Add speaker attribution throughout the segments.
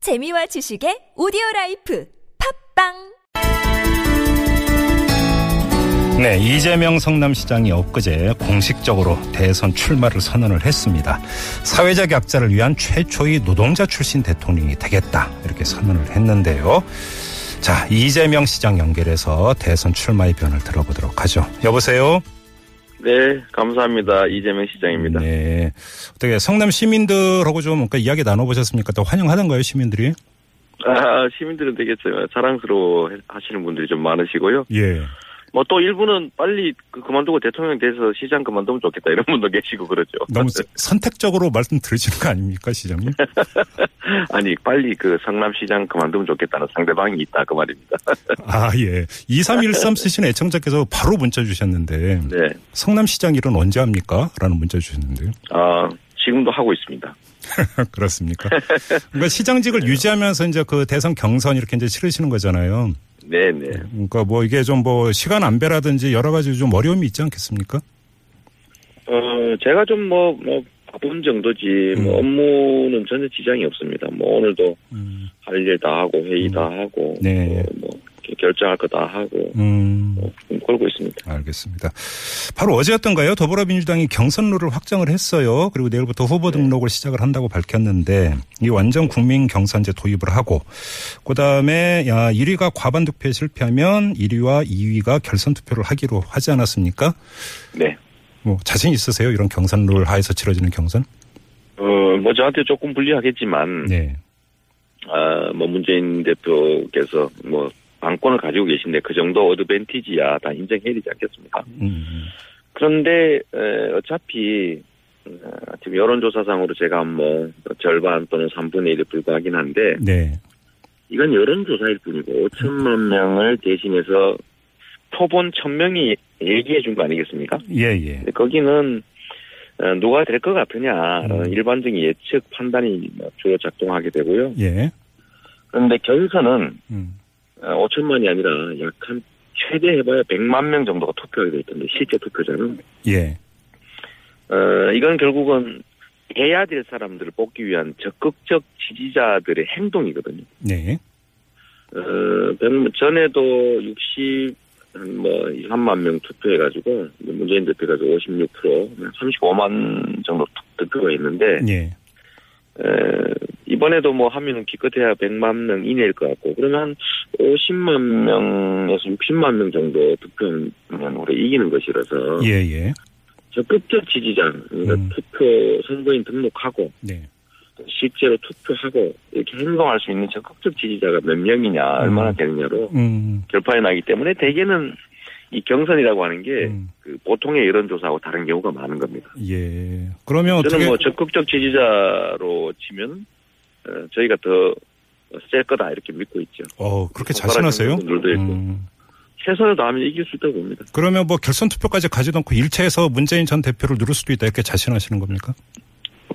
Speaker 1: 재미와 지식의 오디오 라이프 팝빵
Speaker 2: 네, 이재명 성남시장이 엊그제 공식적으로 대선 출마를 선언을 했습니다. 사회적 약자를 위한 최초의 노동자 출신 대통령이 되겠다 이렇게 선언을 했는데요. 자, 이재명 시장 연결해서 대선 출마의 변을 들어보도록 하죠. 여보세요.
Speaker 3: 네, 감사합니다. 이재명 시장입니다.
Speaker 2: 네, 어떻게 성남 시민들하고 좀 그 이야기 나눠보셨습니까? 또 환영하던가요, 시민들이?
Speaker 3: 아, 시민들은 되게 저- 자랑스러워 하시는 분들이 좀 많으시고요.
Speaker 2: 예.
Speaker 3: 뭐 또 일부는 빨리 그- 그만두고 대통령 돼서 시장 그만두면 좋겠다 이런 분도 계시고 그러죠.
Speaker 2: 너무 서- 선택적으로 말씀 들으시는 거 아닙니까, 시장님?
Speaker 3: 아니, 빨리 그 성남시장 그만두면 좋겠다는 상대방이 있다 그 말입니다.
Speaker 2: 아, 예. 2313 쓰신 애청자께서 바로 문자 주셨는데.
Speaker 3: 네,
Speaker 2: 성남시장 일은 언제 합니까? 라는 문자 주셨는데요.
Speaker 3: 아 지금도 하고 있습니다.
Speaker 2: 그렇습니까? 그러니까 시장직을 유지하면서 이제 그 대선 경선 이렇게 이제 치르시는 거잖아요.
Speaker 3: 네, 네.
Speaker 2: 그러니까 뭐 이게 좀 뭐 시간 안배라든지 여러 가지 좀 어려움이 있지 않겠습니까?
Speaker 3: 어, 제가 좀 뭐 뭐 바쁜 정도지 뭐 업무는 전혀 지장이 없습니다. 뭐 오늘도
Speaker 2: 음.
Speaker 3: 할 일 다 하고 회의 다 하고
Speaker 2: 네.
Speaker 3: 뭐, 뭐 이렇게 결정할 거 다 하고
Speaker 2: 음,
Speaker 3: 뭐 지금 걸고 있습니다.
Speaker 2: 알겠습니다. 바로 어제였던가요? 더불어민주당이 경선룰을 확정을 했어요. 그리고 내일부터 후보 등록을 시작을 한다고 밝혔는데 이 완전 국민 경선제 도입을 하고 그다음에 야, 1위가 과반 투표에 실패하면 1위와 2위가 결선 투표를 하기로 하지 않았습니까?
Speaker 3: 네.
Speaker 2: 뭐 자신 있으세요? 이런 경선룰 하에서 치러지는 경선?
Speaker 3: 어, 뭐 저한테 조금 불리하겠지만,
Speaker 2: 네.
Speaker 3: 아, 뭐 문재인 대표께서 뭐 방권을 가지고 계신데 그 정도 어드밴티지야 다 인정해야 되지 않겠습니까?
Speaker 2: 음.
Speaker 3: 그런데 에, 어차피 어, 지금 여론조사상으로 제가 뭐 절반 또는 3분의 1에 불과하긴 한데
Speaker 2: 네.
Speaker 3: 이건 여론조사일 뿐이고 5천만 명을 대신해서 표본 1,000명이 얘기해 준 거 아니겠습니까?
Speaker 2: 예, 예.
Speaker 3: 근데 거기는 어, 누가 될 것 같으냐라는 어,
Speaker 2: 음.
Speaker 3: 일반적인 예측 판단이 뭐 주로 작동하게 되고요.
Speaker 2: 예.
Speaker 3: 그런데 결선은
Speaker 2: 음.
Speaker 3: 어, 5천만이 아니라 약한 최대 해봐야 100만 명 정도가 투표하게 돼 있던데 실제 투표자는
Speaker 2: 예.
Speaker 3: 어, 이건 결국은 해야 될 사람들을 뽑기 위한 적극적 지지자들의 행동이거든요.
Speaker 2: 네.
Speaker 3: 어, 백- 전에도 60, 한 뭐, 3만 명 투표해가지고, 문재인 대표가 56%, 35만 정도 득표가 있는데,
Speaker 2: 예.
Speaker 3: 에, 이번에도 뭐 하면 기껏해야 100만 명 이내일 것 같고, 그러면 한 50만 명에서 60만 명 정도 득표하면 우리 이기는 것이라서,
Speaker 2: 예, 예.
Speaker 3: 적극적 지지자, 그러니까
Speaker 2: 음.
Speaker 3: 투표 선거인 등록하고,
Speaker 2: 네.
Speaker 3: 실제로 투표하고, 이렇게 행동할 수 있는 적극적 지지자가 몇 명이냐, 얼마나
Speaker 2: 음.
Speaker 3: 되느냐로,
Speaker 2: 음.
Speaker 3: 결판이 나기 때문에 대개는 이 경선이라고 하는 게
Speaker 2: 음.
Speaker 3: 그 보통의 여론조사하고 다른 경우가 많은 겁니다.
Speaker 2: 예. 그러면 어떻게
Speaker 3: 저는 뭐 적극적 지지자로 치면 어, 저희가 더 셀 거다 이렇게 믿고 있죠. 뭐
Speaker 2: 어, 그렇게 자신하세요?
Speaker 3: 분들도 네. 있고
Speaker 2: 음.
Speaker 3: 최선을 다하면 이길 수 있다고 봅니다.
Speaker 2: 그러면 뭐 결선 투표까지 가지도 않고 일체에서 문재인 전 대표를 누를 수도 있다 이렇게 자신하시는 겁니까?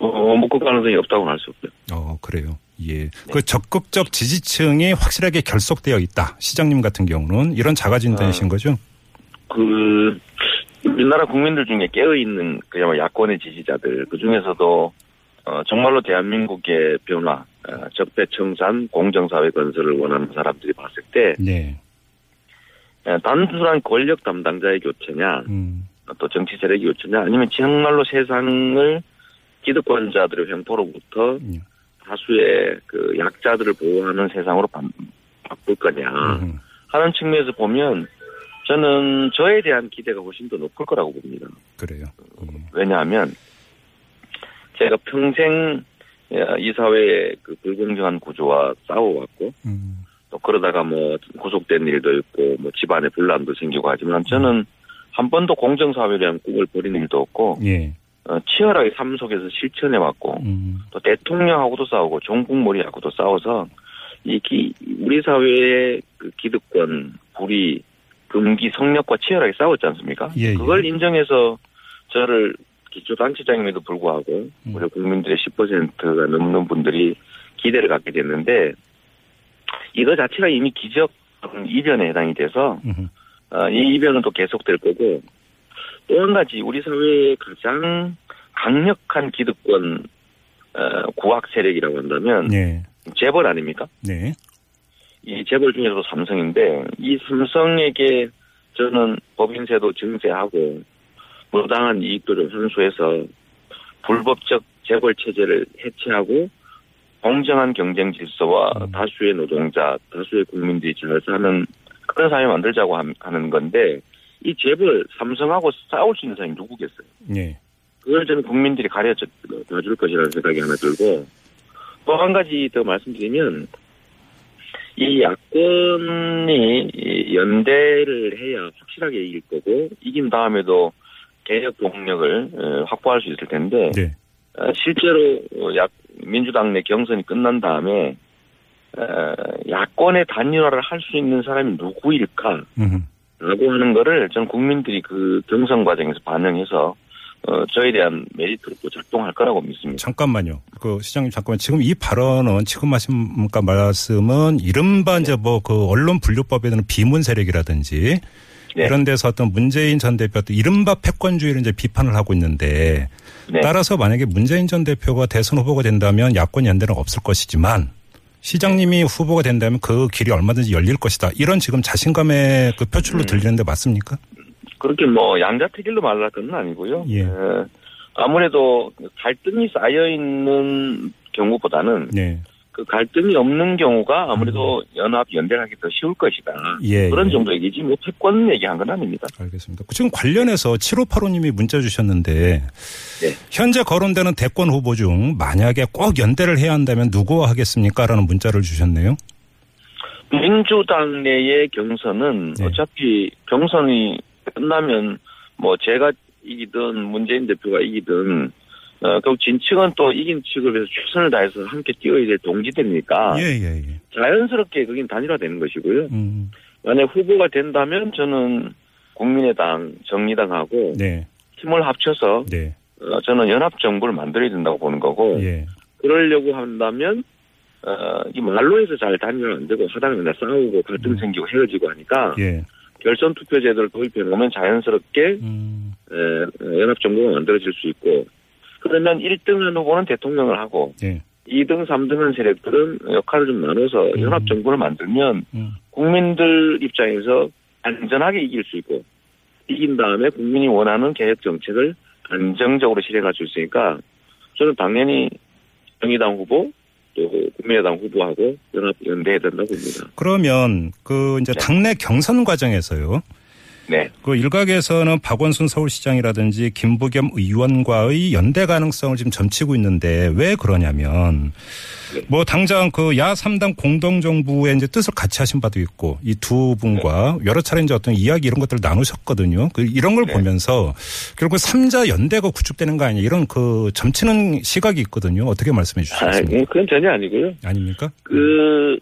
Speaker 3: 어, 못그 가능성이 없다고는 할 수 없고요.
Speaker 2: 어, 그래요. 예.
Speaker 3: 네.
Speaker 2: 그 적극적 지지층이 확실하게 결속되어 있다. 시장님 같은 경우는 이런
Speaker 3: 아.
Speaker 2: 자가진단이신 거죠?
Speaker 3: 그 우리나라 국민들 중에 깨어 있는 그야말로 야권의 지지자들 그 중에서도 어, 정말로 대한민국의 변화, 어, 적폐청산, 공정사회 건설을 원하는 사람들이 봤을 때
Speaker 2: 네.
Speaker 3: 예, 단순한 권력 담당자의 교체냐,
Speaker 2: 음.
Speaker 3: 또 정치 세력의 교체냐, 아니면 정말로 세상을 기득권자들의 횡포로부터
Speaker 2: 음.
Speaker 3: 다수의 그 약자들을 보호하는 세상으로 바, 바꿀 거냐
Speaker 2: 음.
Speaker 3: 하는 측면에서 보면 저는 저에 대한 기대가 훨씬 더 높을 거라고 봅니다.
Speaker 2: 그래요. 음.
Speaker 3: 왜냐하면 제가 평생 예, 이 사회의 그 불공정한 구조와 싸워왔고
Speaker 2: 음.
Speaker 3: 또 그러다가 뭐 구속된 일도 있고 뭐 집안에 분란도 생기고 하지만 저는 한 번도 공정사회에 대한 꿈을 버린 일도 없고
Speaker 2: 예.
Speaker 3: 어, 치열하게 삶 속에서 실천해 왔고
Speaker 2: 음.
Speaker 3: 또 대통령하고도 싸우고 종국몰이하고도 싸워서 이 기- 우리 사회의 그 기득권 불의 금기 성력과 치열하게 싸웠지 않습니까?
Speaker 2: 예, 예.
Speaker 3: 그걸 인정해서 저를 기초단체장임에도 불구하고
Speaker 2: 음.
Speaker 3: 우리 국민들의 10%가 넘는 분들이 기대를 갖게 됐는데 이거 자체가 이미 기적 이변에 해당이 돼서
Speaker 2: 음.
Speaker 3: 어, 이 이변은 또 계속될 거고 또 한 가지 우리 사회의 가장 강력한 기득권 어, 구악 세력이라고 한다면
Speaker 2: 예.
Speaker 3: 재벌 아닙니까?
Speaker 2: 네.
Speaker 3: 이 재벌 중에서도 삼성인데 이 삼성에게 저는 법인세도 증세하고 무당한 이익들을 선수해서 불법적 재벌 체제를 해체하고 공정한 경쟁 질서와
Speaker 2: 음.
Speaker 3: 다수의 노동자, 다수의 국민들이 잘 사는 그런 사회 만들자고 함- 하는 건데 이 재벌 삼성하고 싸울 수 있는 사람이 누구겠어요?
Speaker 2: 예.
Speaker 3: 그걸 저는 국민들이 가려줄 것이라는 생각이 하나 들고 또 한 가지 더 말씀드리면 이 야권이 이 연대를 해야 확실하게 이길 거고 이긴 다음에도 개혁 동력을 어, 확보할 수 있을 텐데
Speaker 2: 네.
Speaker 3: 어, 실제로 어, 야- 민주당 내 경선이 끝난 다음에 어, 야권의 단일화를 할 수 있는 사람이 누구일까?
Speaker 2: 음.
Speaker 3: 라고 하는 거를 전 국민들이 그 경선 과정에서 반영해서 어, 저에 대한 메리트로 또 작동할 거라고 믿습니다.
Speaker 2: 잠깐만요. 그 시장님 잠깐만 지금 이 발언은 지금 하신 그러니까 말씀은 이른바 이제 뭐 그 언론 분류법에 대한 비문 세력이라든지
Speaker 3: 네.
Speaker 2: 이런 데서 어떤 문재인 전 대표 또 이른바 패권주의를 이제 비판을 하고 있는데
Speaker 3: 네.
Speaker 2: 따라서 만약에 문재인 전 대표가 대선 후보가 된다면 야권 연대는 없을 것이지만 시장님이 후보가 된다면 그 길이 얼마든지 열릴 것이다. 이런 지금 자신감의 그 표출로
Speaker 3: 음.
Speaker 2: 들리는데 맞습니까?
Speaker 3: 그렇게 뭐 양자택일로 말할 건 아니고요.
Speaker 2: 예.
Speaker 3: 어, 아무래도 갈등이 쌓여 있는 경우보다는
Speaker 2: 네.
Speaker 3: 그 갈등이 없는 경우가 아무래도 연합 연대를 하기 더 쉬울 것이다.
Speaker 2: 음. 예.
Speaker 3: 그런
Speaker 2: 예.
Speaker 3: 정도 얘기지 뭐 패권 얘기한 건 아닙니다.
Speaker 2: 알겠습니다. 그 지금 관련해서 7585님이 문자 주셨는데
Speaker 3: 네.
Speaker 2: 현재 거론되는 대권 후보 중 만약에 꼭 연대를 해야 한다면 누구와 하겠습니까? 라는 문자를 주셨네요.
Speaker 3: 민주당 내의 경선은
Speaker 2: 네.
Speaker 3: 어차피 경선이 끝나면 뭐 제가 이기든 문재인 대표가 이기든 어, 결국 진 측은 또 이긴 측을 위해서 최선을 다해서 함께 뛰어야 될 동지들이니까
Speaker 2: 예예예.
Speaker 3: 자연스럽게 거긴 단일화되는 것이고요.
Speaker 2: 음,
Speaker 3: 만약 후보가 된다면 저는 국민의당, 정의당하고
Speaker 2: 네,
Speaker 3: 힘을 합쳐서
Speaker 2: 네,
Speaker 3: 어, 저는 연합 정부를 만들어야 된다고 보는 거고
Speaker 2: 예.
Speaker 3: 그러려고 한다면 어, 이 말로 해서 잘 단일화 안 되고 하다 맨날 싸우고
Speaker 2: 음.
Speaker 3: 갈등 생기고 헤어지고 하니까
Speaker 2: 예.
Speaker 3: 결선 투표 제도를 도입해 놓으면 자연스럽게
Speaker 2: 음,
Speaker 3: 연합 정부가 만들어질 수 있고 그러면 1등한 후보는 대통령을 하고
Speaker 2: 예.
Speaker 3: 2등, 3등한 세력들은 역할을 좀 나눠서
Speaker 2: 음.
Speaker 3: 연합 정부를 만들면
Speaker 2: 음.
Speaker 3: 국민들 입장에서 안전하게 이길 수 있고 이긴 다음에 국민이 원하는 개혁 정책을 안정적으로 실행할 수 있으니까 저는 당연히 정의당 후보 또 국민의당 후보하고 연합 연대해야 된다고 봅니다.
Speaker 2: 그러면 그 이제
Speaker 3: 네.
Speaker 2: 당내 경선 과정에서요.
Speaker 3: 네,
Speaker 2: 그 일각에서는 박원순 서울시장이라든지 김부겸 의원과의 연대 가능성을 지금 점치고 있는데 왜 그러냐면
Speaker 3: 네.
Speaker 2: 뭐 당장 그 야 삼당 공동정부의 이제 뜻을 같이 하신 바도 있고 이 두 분과 여러 차례 이제 어떤 이야기 이런 것들을 나누셨거든요. 그 이런 걸
Speaker 3: 네.
Speaker 2: 보면서 결국 삼자 연대가 구축되는 거 아니냐 이런 그 점치는 시각이 있거든요. 어떻게 말씀해
Speaker 3: 아,
Speaker 2: 주시겠습니까?
Speaker 3: 그건 전혀 아니고요. 예.
Speaker 2: 아닙니까?
Speaker 3: 그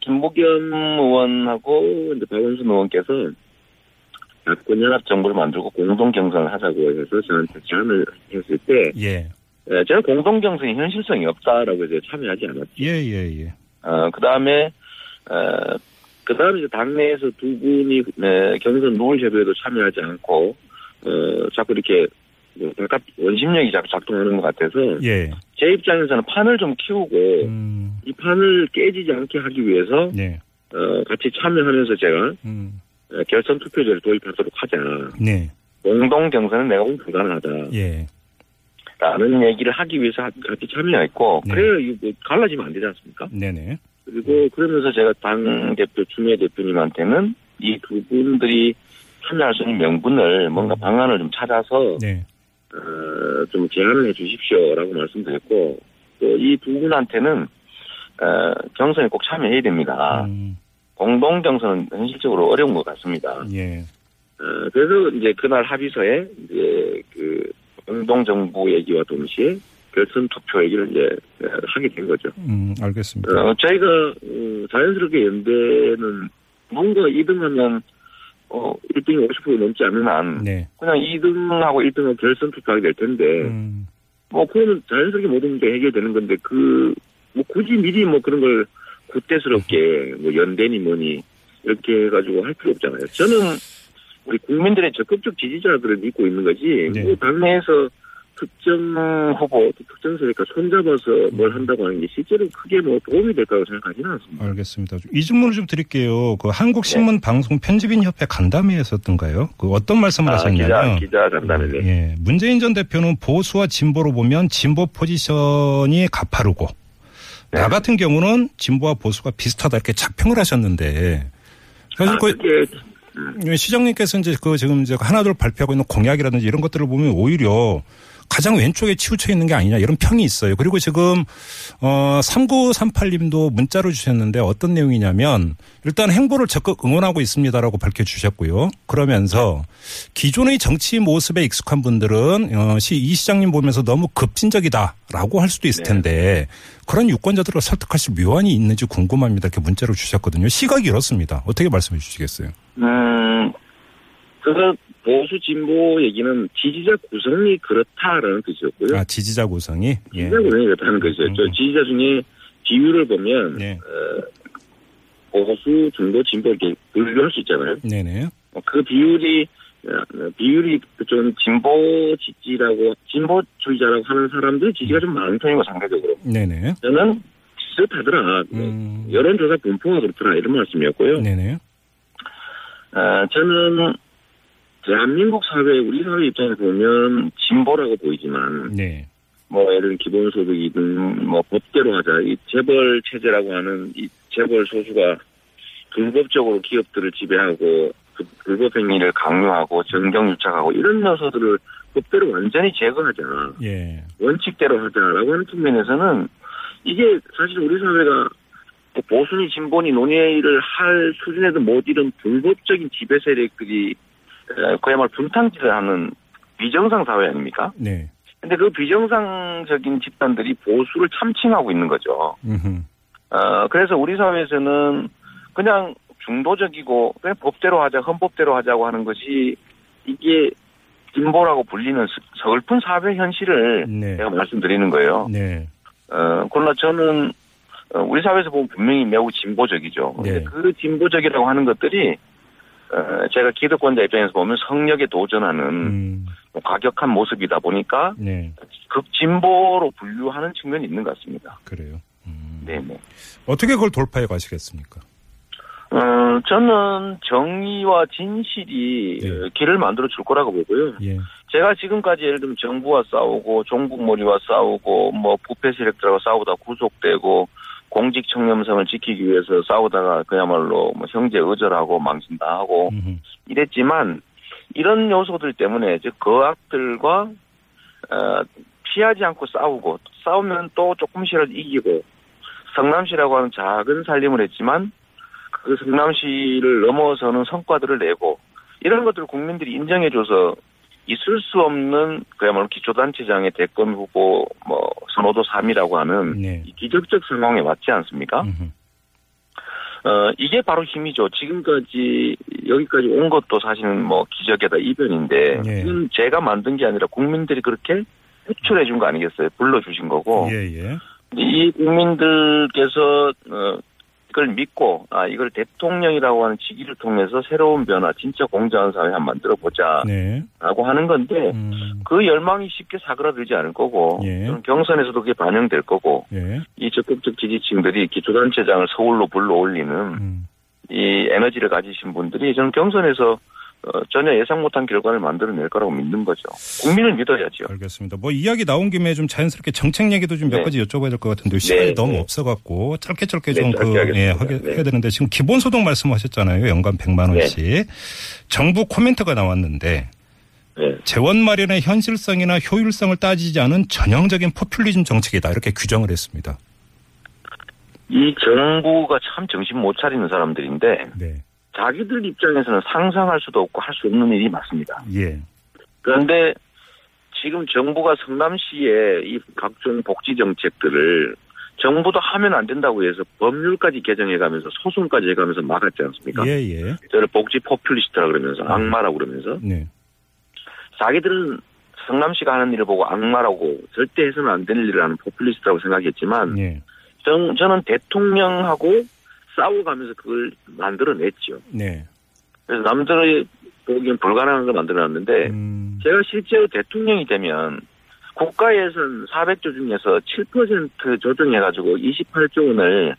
Speaker 3: 김보겸 의원하고 이제 박원순 의원께서 야권 연합 정부를 만들고 공동 경선을 하자고 해서 저한테 제안을 했을 때
Speaker 2: 예.
Speaker 3: 예, 저는 공동 경선이 현실성이 없다라고 해서 참여하지
Speaker 2: 예,
Speaker 3: 않았죠.
Speaker 2: 예, 예.
Speaker 3: 어, 그 다음에 어, 그 다음에 이제 당내에서 두 분이 네, 경선 노을협의회도 참여하지 않고 어, 자꾸 이렇게 뭐 바깥 원심력이 자꾸 작동하는 것 같아서
Speaker 2: 예.
Speaker 3: 제 입장에서는 판을 좀 키우고
Speaker 2: 음.
Speaker 3: 이 판을 깨지지 않게 하기 위해서
Speaker 2: 예.
Speaker 3: 어, 같이 참여하면서 제가
Speaker 2: 음.
Speaker 3: 어, 결선 투표제를 도입하도록 하자.
Speaker 2: 네.
Speaker 3: 공동 경선은 내가 보면 불가능하다.
Speaker 2: 예.
Speaker 3: 라는 얘기를 하기 위해서 하- 같이 참여했고,
Speaker 2: 네.
Speaker 3: 그래야 이거 뭐 갈라지면 안 되지 않습니까?
Speaker 2: 네, 네.
Speaker 3: 그리고 그러면서 제가 당대표, 추미애 대표님한테는 이 두 분들이 참여할 수 있는 명분을 뭔가
Speaker 2: 음.
Speaker 3: 방안을 좀 찾아서,
Speaker 2: 네.
Speaker 3: 어, 좀 제안을 해 주십시오라고 말씀드렸고, 또 이 두 분한테는, 어, 경선에 꼭 참여해야 됩니다.
Speaker 2: 음.
Speaker 3: 공동 경선은 현실적으로 어려운 것 같습니다.
Speaker 2: 예.
Speaker 3: 어, 그래서 이제 그날 합의서에 이제 그 공동 정부 얘기와 동시에 결선 투표 얘기를 이제 어, 하게 된 거죠.
Speaker 2: 음, 알겠습니다.
Speaker 3: 어, 저희가 어, 자연스럽게 연대는 뭔가 2등하면 어 1등이 50% 넘지 않는 한
Speaker 2: 네.
Speaker 3: 그냥 2등하고 1등은 결선 투표하게 될 텐데
Speaker 2: 음,
Speaker 3: 뭐 그거는 자연스럽게 모든 문제 해결되는 건데 그 뭐 굳이 미리 뭐 그런 걸 구태스럽게 뭐 연대니 뭐니 이렇게 해가지고 할 필요 없잖아요. 저는 우리 국민들의 적극적 지지자들을 믿고 있는 거지
Speaker 2: 네.
Speaker 3: 뭐 당내에서 특정 후보, 또 특정 세력과 손잡아서 뭘 한다고 하는 게 실제로 크게 뭐 도움이 될 거라고 생각하지는 않습니다.
Speaker 2: 알겠습니다. 이 질문을 좀 드릴게요. 그
Speaker 3: 네.
Speaker 2: 한국신문방송 편집인협회 간담회에서던가요? 그 어떤 말씀을
Speaker 3: 아, 기자,
Speaker 2: 하셨냐면
Speaker 3: 기자 간담회. 네.
Speaker 2: 예, 문재인 전 대표는 보수와 진보로 보면 진보 포지션이 가파르고
Speaker 3: 네.
Speaker 2: 나 같은 경우는 진보와 보수가 비슷하다 이렇게 작평을 하셨는데 사실
Speaker 3: 아,
Speaker 2: 그
Speaker 3: 그게
Speaker 2: 예, 시장님께서 이제 그 지금 이제 하나둘 발표하고 있는 공약이라든지 이런 것들을 보면 오히려 가장 왼쪽에 치우쳐 있는 게 아니냐 이런 평이 있어요. 그리고 지금 어 3938님도 문자로 주셨는데 어떤 내용이냐면 일단 행보를 적극 응원하고 있습니다라고 밝혀 주셨고요. 그러면서 기존의 정치 모습에 익숙한 분들은 어, 시, 이 시장님 보면서 너무 급진적이다라고 할 수도 있을
Speaker 3: 네.
Speaker 2: 텐데 그런 유권자들을 설득할 수 묘안이 있는지 궁금합니다. 이렇게 문자로 주셨거든요. 시각이 이렇습니다. 어떻게 말씀해 주시겠어요?
Speaker 3: 음, 그래서 보수 진보 얘기는 지지자 구성이 그렇다라는 뜻이었고요.
Speaker 2: 아, 지지자 구성이? 예.
Speaker 3: 지지자 구성이 그렇다는 뜻이었죠.
Speaker 2: 음, 음.
Speaker 3: 지지자 중에 비율을 보면
Speaker 2: 네.
Speaker 3: 보수, 중도, 진보 이렇게 분류할 수 있잖아요.
Speaker 2: 네네.
Speaker 3: 어, 그 비율이 어, 비율이 좀 진보 지지라고 진보주의자라고 하는 사람들 지지가 좀 많은 편이고 상대적으로
Speaker 2: 네네.
Speaker 3: 저는 비슷하더라. 네.
Speaker 2: 음.
Speaker 3: 여론조사 분포가 그렇더라 이런 말씀이었고요.
Speaker 2: 네네.
Speaker 3: 아, 저는 대한민국 사회, 우리 사회 입장에서 보면 진보라고 보이지만
Speaker 2: 네.
Speaker 3: 뭐 예를 들면 기본소득이든 뭐 법대로 하자 이 재벌 체제라고 하는 이 재벌 소수가 불법적으로 기업들을 지배하고 그 불법 행위를 강요하고 전경 유착하고 이런 요소들을 법대로 완전히 제거하자
Speaker 2: 예.
Speaker 3: 원칙대로 하자라고 하는 측면에서는 이게 사실 우리 사회가 뭐 보수니 진보니 논의를 할 수준에도 못 이른 불법적인 지배 세력들이 에, 그야말로 분탕질을 하는 비정상 사회 아닙니까?
Speaker 2: 네.
Speaker 3: 근데 그 비정상적인 집단들이 보수를 참칭하고 있는 거죠.
Speaker 2: 음흠.
Speaker 3: 어, 그래서 우리 사회에서는 그냥 중도적이고 그냥 법대로 하자, 헌법대로 하자고 하는 것이 이게 진보라고 불리는 스- 서글픈 사회 현실을
Speaker 2: 네.
Speaker 3: 제가 말씀드리는 거예요.
Speaker 2: 네.
Speaker 3: 어, 그러나 저는 어, 우리 사회에서 보면 분명히 매우 진보적이죠. 근데
Speaker 2: 네.
Speaker 3: 그 진보적이라고 하는 것들이 어, 제가 기득권자 입장에서 보면 성역에 도전하는 뭐
Speaker 2: 음.
Speaker 3: 과격한 모습이다 보니까
Speaker 2: 네.
Speaker 3: 극진보로 분류하는 측면이 있는 것 같습니다.
Speaker 2: 그래요. 음.
Speaker 3: 네네.
Speaker 2: 어떻게 그걸 돌파해 가시겠습니까?
Speaker 3: 어, 저는 정의와 진실이
Speaker 2: 네.
Speaker 3: 어, 길을 만들어 줄 거라고 보고요.
Speaker 2: 예.
Speaker 3: 제가 지금까지 예를 들면 정부와 싸우고 종북몰이와 싸우고 뭐 부패 세력들하고 싸우다 구속되고 공직 청렴성을 지키기 위해서 싸우다가 그야말로 뭐 형제 의절하고 망신당하고
Speaker 2: 음흠.
Speaker 3: 이랬지만 이런 요소들 때문에 즉 거악들과 어, 피하지 않고 싸우고 싸우면 또 조금씩이라도 이기고 성남시라고 하는 작은 살림을 했지만 그 성남시를 넘어서는 성과들을 내고 이런 것들을 국민들이 인정해줘서 있을 수 없는 그야말로 기초단체장의 대권 후보 뭐 선호도 3이라고 하는
Speaker 2: 네.
Speaker 3: 이 기적적 상황에 맞지 않습니까?
Speaker 2: 음흠.
Speaker 3: 어, 이게 바로 힘이죠. 지금까지, 여기까지 온 것도 사실은 뭐 기적에다 이변인데,
Speaker 2: 예.
Speaker 3: 이건 제가 만든 게 아니라 국민들이 그렇게 호출해 준 거 아니겠어요? 불러주신 거고,
Speaker 2: 예, 예.
Speaker 3: 이 국민들께서, 어, 이걸 믿고, 아, 이걸 대통령이라고 하는 직위를 통해서 새로운 변화, 진짜 공정한 사회 한번 만들어 보자,
Speaker 2: 네.
Speaker 3: 라고 하는 건데,
Speaker 2: 음.
Speaker 3: 그 열망이 쉽게 사그라들지 않을 거고,
Speaker 2: 예.
Speaker 3: 저는 경선에서도 그게 반영될 거고,
Speaker 2: 예.
Speaker 3: 이 적극적 지지층들이 기초단체장을 서울로 불러올리는
Speaker 2: 음.
Speaker 3: 이 에너지를 가지신 분들이 저는 경선에서 어, 전혀 예상 못한 결과를 만들어낼 거라고 믿는 거죠. 국민을 믿어야죠.
Speaker 2: 알겠습니다. 뭐 이야기 나온 김에 좀 자연스럽게 정책 얘기도 좀 몇
Speaker 3: 네.
Speaker 2: 가지 여쭤봐야 될 것 같은데 시간이
Speaker 3: 네,
Speaker 2: 너무
Speaker 3: 네.
Speaker 2: 없어갖고 짧게 짧게
Speaker 3: 네,
Speaker 2: 좀
Speaker 3: 짧게
Speaker 2: 그, 예,
Speaker 3: 하겠습니다.
Speaker 2: 하게
Speaker 3: 네.
Speaker 2: 해야 되는데 지금 기본소득 말씀하셨잖아요. 연간 100만
Speaker 3: 네.
Speaker 2: 원씩. 정부 코멘트가 나왔는데
Speaker 3: 네.
Speaker 2: 재원 마련의 현실성이나 효율성을 따지지 않은 전형적인 포퓰리즘 정책이다 이렇게 규정을 했습니다.
Speaker 3: 이 정부가 참 정신 못 차리는 사람들인데
Speaker 2: 네,
Speaker 3: 자기들 입장에서는 상상할 수도 없고 할 수 없는 일이 많습니다.
Speaker 2: 예,
Speaker 3: 그런데 지금 정부가 성남시의 이 각종 복지 정책들을 정부도 하면 안 된다고 해서 법률까지 개정해가면서 소송까지 해가면서 막았지 않습니까?
Speaker 2: 예, 예,
Speaker 3: 저를 복지 포퓰리스트라 그러면서 악마라고 그러면서
Speaker 2: 네,
Speaker 3: 자기들은 성남시가 하는 일을 보고 악마라고 절대 해서는 안 될 일을 하는 포퓰리스트라고 생각했지만
Speaker 2: 예,
Speaker 3: 전- 저는 대통령하고 싸워가면서 그걸 만들어냈죠.
Speaker 2: 네,
Speaker 3: 그래서 남들이 보기엔 불가능한 걸 만들어놨는데
Speaker 2: 음,
Speaker 3: 제가 실제로 대통령이 되면 국가 예산 400조 중에서 7% 조정해가지고 28조 원을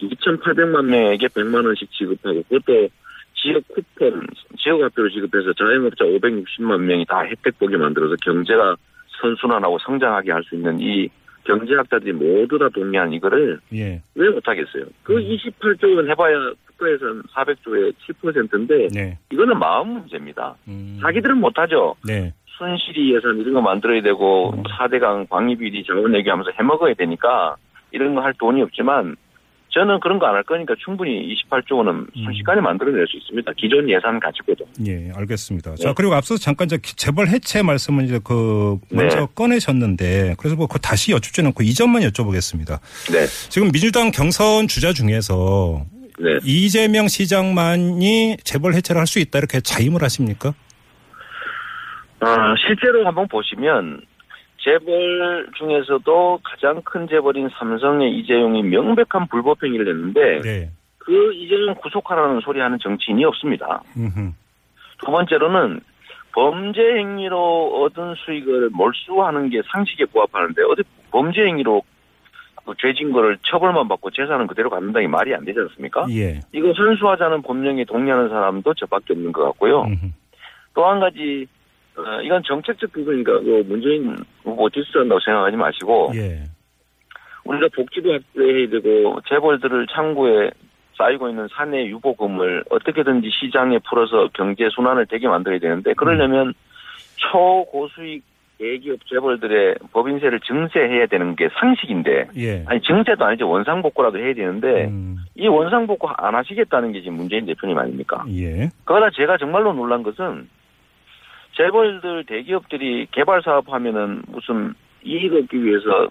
Speaker 3: 2,800만 명에게 100만 원씩 지급하고 그것도 지역 쿠폰, 지역 화표로 지급해서 자영업자 560만 명이 다 혜택 보게 만들어서 경제가 선순환하고 성장하게 할 수 있는 이 경제학자들이 모두 다 동의한 이거를
Speaker 2: 예.
Speaker 3: 왜 못하겠어요? 그 28조 원 해봐야 국가에선 400조의 7%인데
Speaker 2: 네.
Speaker 3: 이거는 마음 문제입니다.
Speaker 2: 음.
Speaker 3: 자기들은 못하죠.
Speaker 2: 네.
Speaker 3: 손실이 예산 이런 거 만들어야 되고 4대강 광립비리 자원 얘기하면서 해먹어야 되니까 이런 거 할 돈이 없지만 저는 그런 거 안 할 거니까 충분히 28조 원은 순식간에 만들어낼 수 있습니다. 기존 예산 가지고도.
Speaker 2: 예, 알겠습니다. 자,
Speaker 3: 네.
Speaker 2: 그리고 앞서서 잠깐 이제 기- 재벌 해체 말씀을 이제 그 먼저
Speaker 3: 네.
Speaker 2: 꺼내셨는데 그래서 뭐 그거 다시 여쭙지 않고 이 점만 여쭤보겠습니다.
Speaker 3: 네.
Speaker 2: 지금 민주당 경선 주자 중에서
Speaker 3: 네.
Speaker 2: 이재명 시장만이 재벌 해체를 할 수 있다 이렇게 자임을 하십니까?
Speaker 3: 아, 실제로 한번 보시면 재벌 중에서도 가장 큰 재벌인 삼성의 이재용이 명백한 불법 행위를 했는데
Speaker 2: 네.
Speaker 3: 그 이재용 구속하라는 소리 하는 정치인이 없습니다.
Speaker 2: 음흠.
Speaker 3: 두 번째로는 범죄 행위로 얻은 수익을 몰수하는 게 상식에 부합하는데 어디 범죄 행위로 그 죄진 거를 처벌만 받고 재산은 그대로 갖는다는 게 말이 안 되지 않습니까?
Speaker 2: 예.
Speaker 3: 이거 환수하자는 법령에 동의하는 사람도 저밖에 없는 것 같고요.
Speaker 2: 음흠.
Speaker 3: 또 한 가지 어, 이건 정책적 부분이니까 그 문재인 후보 디스한다고 생각하지 마시고
Speaker 2: 예.
Speaker 3: 우리가 복지도 확대해야 되고 재벌들을 창구에 쌓이고 있는 사내 유보금을 어떻게든지 시장에 풀어서 경제 순환을 되게 만들어야 되는데 그러려면 초고수익 대기업 재벌들의 법인세를 증세해야 되는 게 상식인데
Speaker 2: 예.
Speaker 3: 아니 네. 증세도 아니지 원상복구라도 해야 되는데
Speaker 2: 음,
Speaker 3: 이 원상복구 안 하시겠다는 게 지금 문재인 대표님 아닙니까?
Speaker 2: 예.
Speaker 3: 그러나 제가 정말로 놀란 것은 재벌들 대기업들이 개발 사업하면은 무슨 이익 얻기 위해서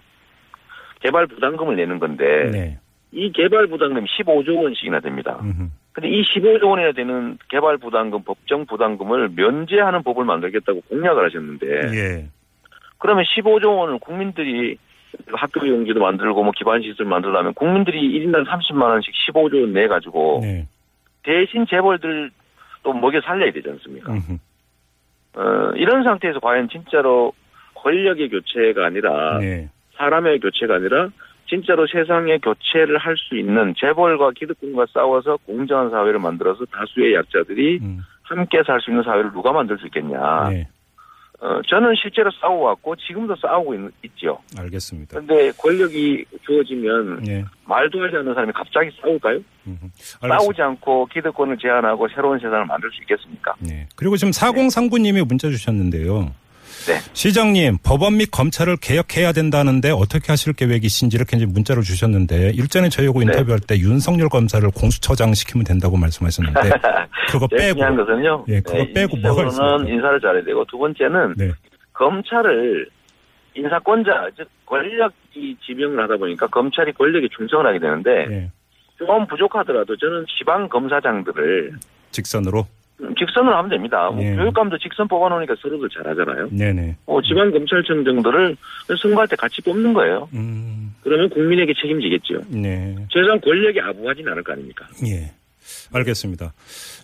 Speaker 3: 개발 부담금을 내는 건데
Speaker 2: 네.
Speaker 3: 이 개발 부담금이 15조 원씩이나 됩니다.
Speaker 2: 음흠.
Speaker 3: 근데 이 15조 원이나 되는 개발 부담금 법정 부담금을 면제하는 법을 만들겠다고 공약을 하셨는데
Speaker 2: 예.
Speaker 3: 그러면 15조 원을 국민들이 학교 용지도 만들고 뭐 기반 시설 만들려면 국민들이 1인당 30만 원씩 15조 원 내 가지고
Speaker 2: 네.
Speaker 3: 대신 재벌들 또 먹여 살려야 되지 않습니까?
Speaker 2: 음흠.
Speaker 3: 어, 이런 상태에서 과연 진짜로 권력의 교체가 아니라
Speaker 2: 네.
Speaker 3: 사람의 교체가 아니라 진짜로 세상의 교체를 할 수 있는 재벌과 기득권과 싸워서 공정한 사회를 만들어서 다수의 약자들이
Speaker 2: 음,
Speaker 3: 함께 살 수 있는 사회를 누가 만들 수 있겠냐.
Speaker 2: 네.
Speaker 3: 어, 저는 실제로 싸워왔고 지금도 싸우고 있, 있죠.
Speaker 2: 알겠습니다.
Speaker 3: 그런데 권력이 주어지면
Speaker 2: 예.
Speaker 3: 말도 하지 않는 사람이 갑자기 싸울까요?
Speaker 2: 음흠.
Speaker 3: 싸우지 않고 기득권을 제한하고 새로운 세상을 만들 수 있겠습니까?
Speaker 2: 네. 그리고 지금 4039님이 문자 주셨는데요.
Speaker 3: 네.
Speaker 2: 시장님, 법원 및 검찰을 개혁해야 된다는데 어떻게 하실 계획이신지 이렇게 이제 문자를 주셨는데 일전에
Speaker 3: 네.
Speaker 2: 저희하고 인터뷰할 때 윤석열 검사를 공수처장 시키면 된다고 말씀하셨는데 그거 빼고
Speaker 3: 제일 중요한 것은요.
Speaker 2: 예, 그거 빼고 뭐가
Speaker 3: 인사로는
Speaker 2: 있습니까?
Speaker 3: 인사를 잘해야 되고 두 번째는
Speaker 2: 네.
Speaker 3: 검찰을 인사권자 즉 권력이 지명을 하다 보니까 검찰이 권력에 충성을 하게 되는데
Speaker 2: 예.
Speaker 3: 조금 부족하더라도 저는 지방 검사장들을
Speaker 2: 직선으로
Speaker 3: 직선을 하면 됩니다. 뭐
Speaker 2: 예.
Speaker 3: 교육감도 직선 뽑아놓으니까 서로들 잘하잖아요.
Speaker 2: 네네.
Speaker 3: 뭐 지방 검찰청 정도를 선거할 때 같이 뽑는 거예요.
Speaker 2: 음.
Speaker 3: 그러면 국민에게 책임지겠죠.
Speaker 2: 네.
Speaker 3: 최소한 권력이 아부하진 않을 거 아닙니까?
Speaker 2: 예. 알겠습니다.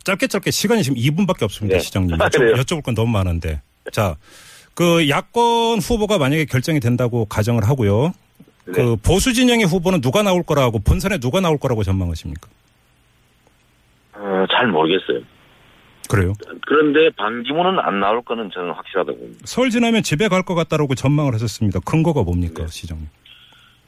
Speaker 2: 짧게 짧게 시간이 지금 2분밖에 없습니다,
Speaker 3: 네.
Speaker 2: 시장님.
Speaker 3: 아, 그래요?
Speaker 2: 여쭤, 여쭤볼 건 너무 많은데. 자, 그 야권 후보가 만약에 결정이 된다고 가정을 하고요.
Speaker 3: 네.
Speaker 2: 그 보수 진영의 후보는 누가 나올 거라고 본선에 누가 나올 거라고 전망하십니까? 그
Speaker 3: 어, 잘 모르겠어요.
Speaker 2: 그래요?
Speaker 3: 그런데 방지문은 안 나올 거는 저는 확실하다고 봅니다.
Speaker 2: 설 지나면 집에 갈 것 같다라고 전망을 하셨습니다. 근거가 뭡니까, 시장님?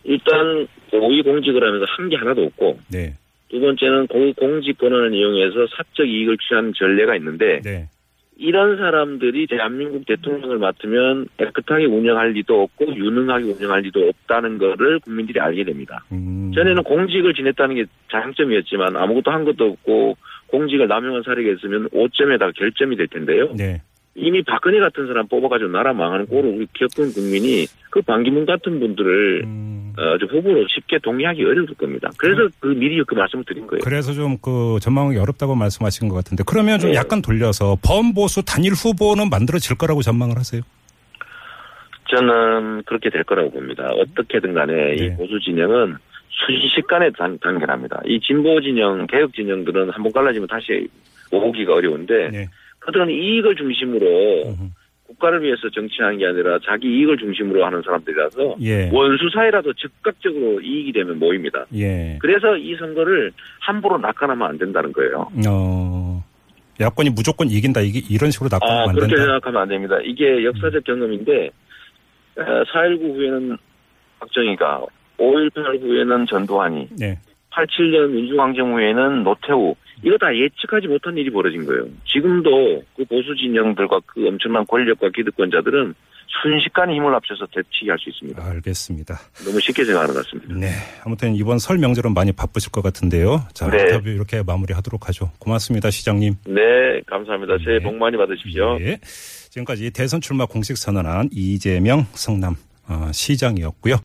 Speaker 3: 일단 고위공직을 하면서 한 게 하나도 없고
Speaker 2: 네,
Speaker 3: 두 번째는 고위공직 권한을 이용해서 사적 이익을 취하는 전례가 있는데
Speaker 2: 네,
Speaker 3: 이런 사람들이 대한민국 대통령을 맡으면 깨끗하게 운영할 리도 없고 유능하게 운영할 리도 없다는 거를 국민들이 알게 됩니다.
Speaker 2: 음,
Speaker 3: 전에는 공직을 지냈다는 게 장점이었지만 아무것도 한 것도 없고 공직을 남용한 사례가 있으면 오점에다가 결점이 될 텐데요.
Speaker 2: 네,
Speaker 3: 이미 박근혜 같은 사람 뽑아가지고 나라 망하는 꼴을 우리 겪은 국민이 그 반기문 같은 분들을
Speaker 2: 음,
Speaker 3: 어, 좀 후보로 쉽게 동의하기 어려울 겁니다. 그래서 그 미리 그 말씀을 드린 거예요.
Speaker 2: 그래서 좀 그 전망하기 어렵다고 말씀하신 것 같은데 그러면 좀
Speaker 3: 네.
Speaker 2: 약간 돌려서 범보수 단일 후보는 만들어질 거라고 전망을 하세요?
Speaker 3: 저는 그렇게 될 거라고 봅니다. 어떻게든 간에
Speaker 2: 네.
Speaker 3: 이 보수 진영은 순식간에 단, 단결합니다. 이 진보 진영, 개혁 진영들은 한번 갈라지면 다시 오기가 어려운데
Speaker 2: 네.
Speaker 3: 그들은 이익을 중심으로
Speaker 2: 음,
Speaker 3: 국가를 위해서 정치하는 게 아니라 자기 이익을 중심으로 하는 사람들이라서
Speaker 2: 예.
Speaker 3: 원수 사이라도 즉각적으로 이익이 되면 모입니다.
Speaker 2: 예.
Speaker 3: 그래서 이 선거를 함부로 낙관하면 안 된다는 거예요.
Speaker 2: 어, 야권이 무조건 이긴다. 이게 이런 식으로
Speaker 3: 아,
Speaker 2: 낙관하면 안
Speaker 3: 그렇게
Speaker 2: 된다.
Speaker 3: 생각하면 안 됩니다. 이게 역사적 경험인데, 4.19 후에는 박정희가, 5.18 후에는 전두환이,
Speaker 2: 예.
Speaker 3: 87년 민주항쟁 후에는 노태우, 이거 다 예측하지 못한 일이 벌어진 거예요. 지금도 그 보수 진영들과 그 엄청난 권력과 기득권자들은 순식간에 힘을 합쳐서 대치게 할 수 있습니다.
Speaker 2: 알겠습니다.
Speaker 3: 너무 쉽게 생각하는 것 같습니다.
Speaker 2: 네. 아무튼 이번 설 명절은 많이 바쁘실 것 같은데요. 자,
Speaker 3: 네.
Speaker 2: 인터뷰 이렇게 마무리하도록 하죠. 고맙습니다, 시장님.
Speaker 3: 네, 감사합니다. 새해 복 많이 받으십시오.
Speaker 2: 예. 지금까지 대선 출마 공식 선언한 이재명 성남 어, 시장이었고요.